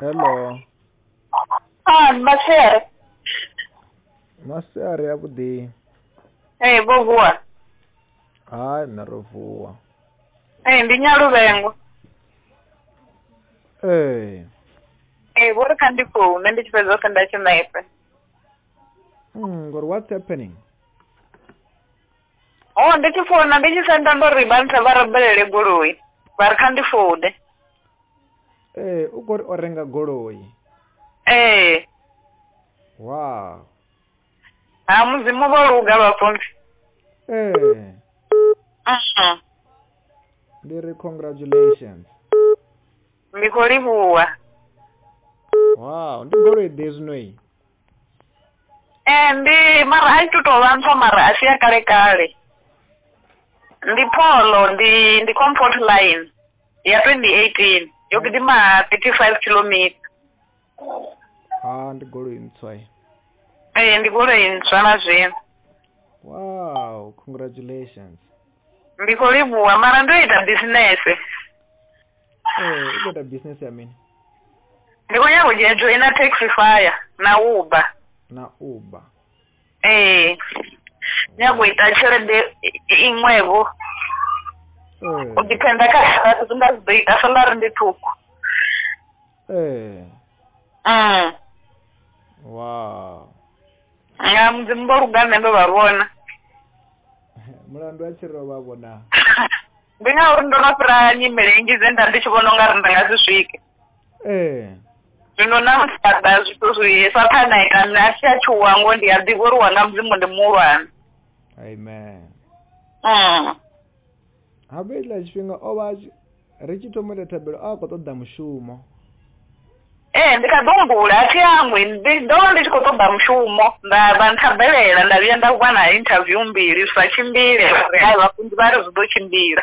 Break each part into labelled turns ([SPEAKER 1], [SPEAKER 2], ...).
[SPEAKER 1] hello
[SPEAKER 2] Ah, Bashir.
[SPEAKER 1] masiari avhuḓi
[SPEAKER 2] Ee, vho vuwa.
[SPEAKER 1] hai nṋe ro vuwa
[SPEAKER 2] Ee, ndi Nyaluvhengo.
[SPEAKER 1] ee
[SPEAKER 2] Ee, vho ri kha ndi foune ndi tshi fhedza u kanda tshinepe.
[SPEAKER 1] mm, ngori what's happening
[SPEAKER 2] Oh, ndi tshi founa ndi tshi senda ndo ri vha ntha vha rabelele goloi. Vha ri kha ndi foune.
[SPEAKER 1] ee u khori o renga goloi
[SPEAKER 2] Ee,
[SPEAKER 1] wow
[SPEAKER 2] ha mudzimu vho luga vhapfhumbi.
[SPEAKER 1] ee
[SPEAKER 2] Mhm.
[SPEAKER 1] ndi ri congratulations
[SPEAKER 2] Ndi khou livhuwa.
[SPEAKER 1] wow ndi goloi ḓe zwinoyi
[SPEAKER 2] Ee, ndi mara a i tu tou vha ntswa mara a si ya kale kale. Ndi Polo, ndi ndi Comfort Line ya 2018. Yo gidima 35 kilometer.
[SPEAKER 1] ha ndi goloi ntswai
[SPEAKER 2] Ee, ndi goloi ntswa na zwino.
[SPEAKER 1] wow congratulations
[SPEAKER 2] ndi khou livhuwa mara ndo ita bisinese
[SPEAKER 1] ee u khou ita business ya mini
[SPEAKER 2] ndi khou nyaga u dzhia joina taxifier na uber
[SPEAKER 1] na uber
[SPEAKER 2] ee nyaga u ita tshelede i- iṅwevho u
[SPEAKER 1] ee
[SPEAKER 2] diphenda kha salari zwi nga si ḓo ita salari ndi ṱhukhu
[SPEAKER 1] ee
[SPEAKER 2] Mm.
[SPEAKER 1] wow
[SPEAKER 2] nga mudzimu vho lugane ndo vha vhona
[SPEAKER 1] mulandu a tshi ro vha vhona
[SPEAKER 2] ndi ngauri ndo no fhira nyimele nnzhi dze nda ndi tshi vhona u nga ri nda nga si swike
[SPEAKER 1] ee
[SPEAKER 2] zwino na musi ada zwithu zwi sa phana ita nṋe a thi a tshi wango ndi a ḓivha uri wanga mudzimu ndi muhulwane
[SPEAKER 1] amen
[SPEAKER 2] Mm.
[SPEAKER 1] habe iḽa tshifhinga o vha a tshi- ri tshi thoma ita thabelo a khou ṱoḓa mushumo
[SPEAKER 2] Ee, ndi kha ḓo humbula a thi hangwi ndi ndo vha ndi tshi khou ṱoḓa mushumo nda vha nthabelela nda vhuya nda wana interview mbili zwi sa tshimbile uri hai vhafundi vha ri zwi ḓo tshimbila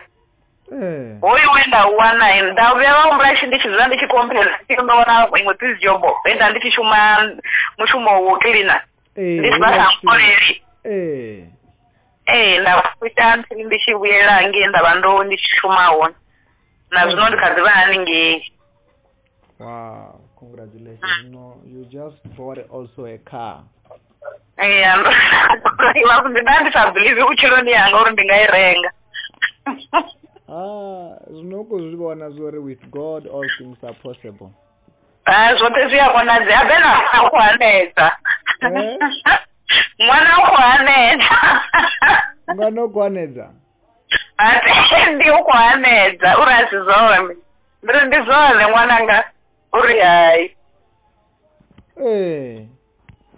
[SPEAKER 1] ee
[SPEAKER 2] hoyu we nda u wana eh, nda vhuya vha humbula tshi ndi tshi dzula ndi tshi kompela ndo wana iṅwe dzi jobo he nda ndi tshi shuma mushumo wo kiḽina
[SPEAKER 1] Ee,
[SPEAKER 2] ndi tshi vha
[SPEAKER 1] huna
[SPEAKER 2] sa
[SPEAKER 1] tshifhinga.
[SPEAKER 2] nkoleli
[SPEAKER 1] ee
[SPEAKER 2] ee Eh, nda fita nthi ndi tshi vhuyela hangei nda vha ndo ndi tshi shuma hone na zwino ndi kha ḓivha haningei
[SPEAKER 1] wow congratulations no you just bought also a car
[SPEAKER 2] Iya, ndo- vhafundi nda ndi sa biḽivi vhutshiloni yanga uri ndi nga i renga.
[SPEAKER 1] ah zwino u khou zwi vhona zwori with god all things are possible
[SPEAKER 2] Ah, zwoṱhe zwi a konadzea, habe na ṅwana u khou hanedza.
[SPEAKER 1] Eh?
[SPEAKER 2] Ṅwana u khou hanedza.
[SPEAKER 1] u nga no kwanedza
[SPEAKER 2] Atendi u khou hanedza uri a si zwone. Ndi ri ndi zwone ṅwananga uri hai.
[SPEAKER 1] ee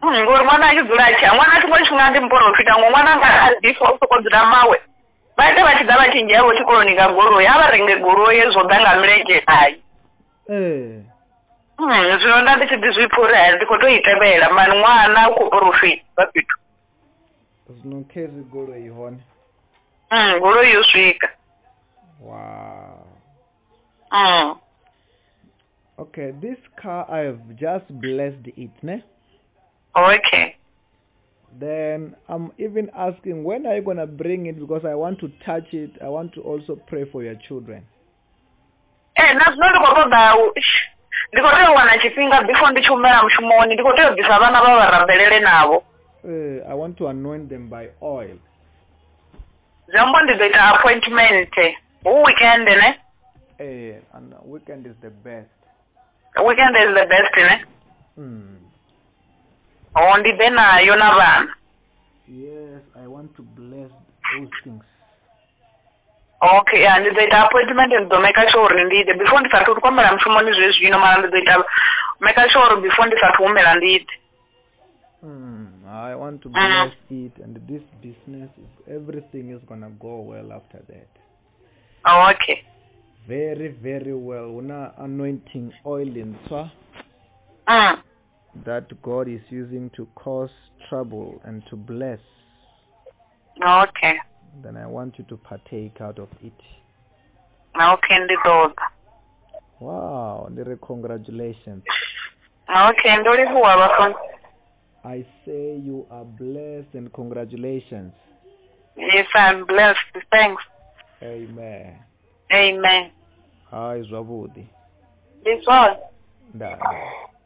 [SPEAKER 2] Mm, Ngori ṅwana a tshi dzula a tshiya, ṅwana tshiṅwe tshifhinga ndi muporofita ngo ṅwananga a ḓifha u sokou dzula mawe. Vha ite vha tshi ḓa vha tshi dzhia vho tshikoloni nga goloi, a vha renge goloi hezwo ḓa nga milenzhe hai.
[SPEAKER 1] ee
[SPEAKER 2] Hmm, zwino nda ndi tshi ḓi zwipfa uri hai ndi khou tou i tevhela mani ṅwana u khou porofita fhethu
[SPEAKER 1] zwino khezwi goloi hone
[SPEAKER 2] Hmm, goloi yo swika
[SPEAKER 1] wow
[SPEAKER 2] Hmm.
[SPEAKER 1] okay this car i have just blessed it ne
[SPEAKER 2] okay
[SPEAKER 1] then i'm even asking when are you going to bring it because i want to touch it i want to also pray for your children
[SPEAKER 2] ee na zwino ndi khou ṱoḓa u- ish, ndi khou tea u wana tshifhinga before ndi tshi humela mushumoni ndi khou tea u bvisa vhana vha vha rabelele navho
[SPEAKER 1] uh, i want to anoint them by oil
[SPEAKER 2] zwi amba ndi ḓo ita appointment hu weekend ne
[SPEAKER 1] uh, and weekend is the best
[SPEAKER 2] weekend is the best ne
[SPEAKER 1] mm.
[SPEAKER 2] o ndi ḓe nayo na vhana
[SPEAKER 1] yes i want to bless those things
[SPEAKER 2] okay ya ndi ḓo ita appointment ndi ḓo maker sure uri ndi ite before ndi sathu kwamela mushumoni zwe zwino mara ndi ḓo ita maker sure uri before ndi sathu humela ndi ite
[SPEAKER 1] mm. i want to bless
[SPEAKER 2] Mhm.
[SPEAKER 1] it and this business is, everything is going to go well after that
[SPEAKER 2] Oh, okay
[SPEAKER 1] very very well una anointing oil in swa
[SPEAKER 2] mm.
[SPEAKER 1] that god is using to cause trouble and to bless
[SPEAKER 2] okay
[SPEAKER 1] then I want you to partake out of it.
[SPEAKER 2] okay ndi ḓo ḓa
[SPEAKER 1] Wow, Ndere, congratulations.
[SPEAKER 2] okay ndo livhuwa vhafunzi
[SPEAKER 1] I say you are blessed and congratulations.
[SPEAKER 2] yes i'm blessed thanks
[SPEAKER 1] Amen.
[SPEAKER 2] amen
[SPEAKER 1] Hi, Zwabudi.
[SPEAKER 2] ndi zwone
[SPEAKER 1] ndaa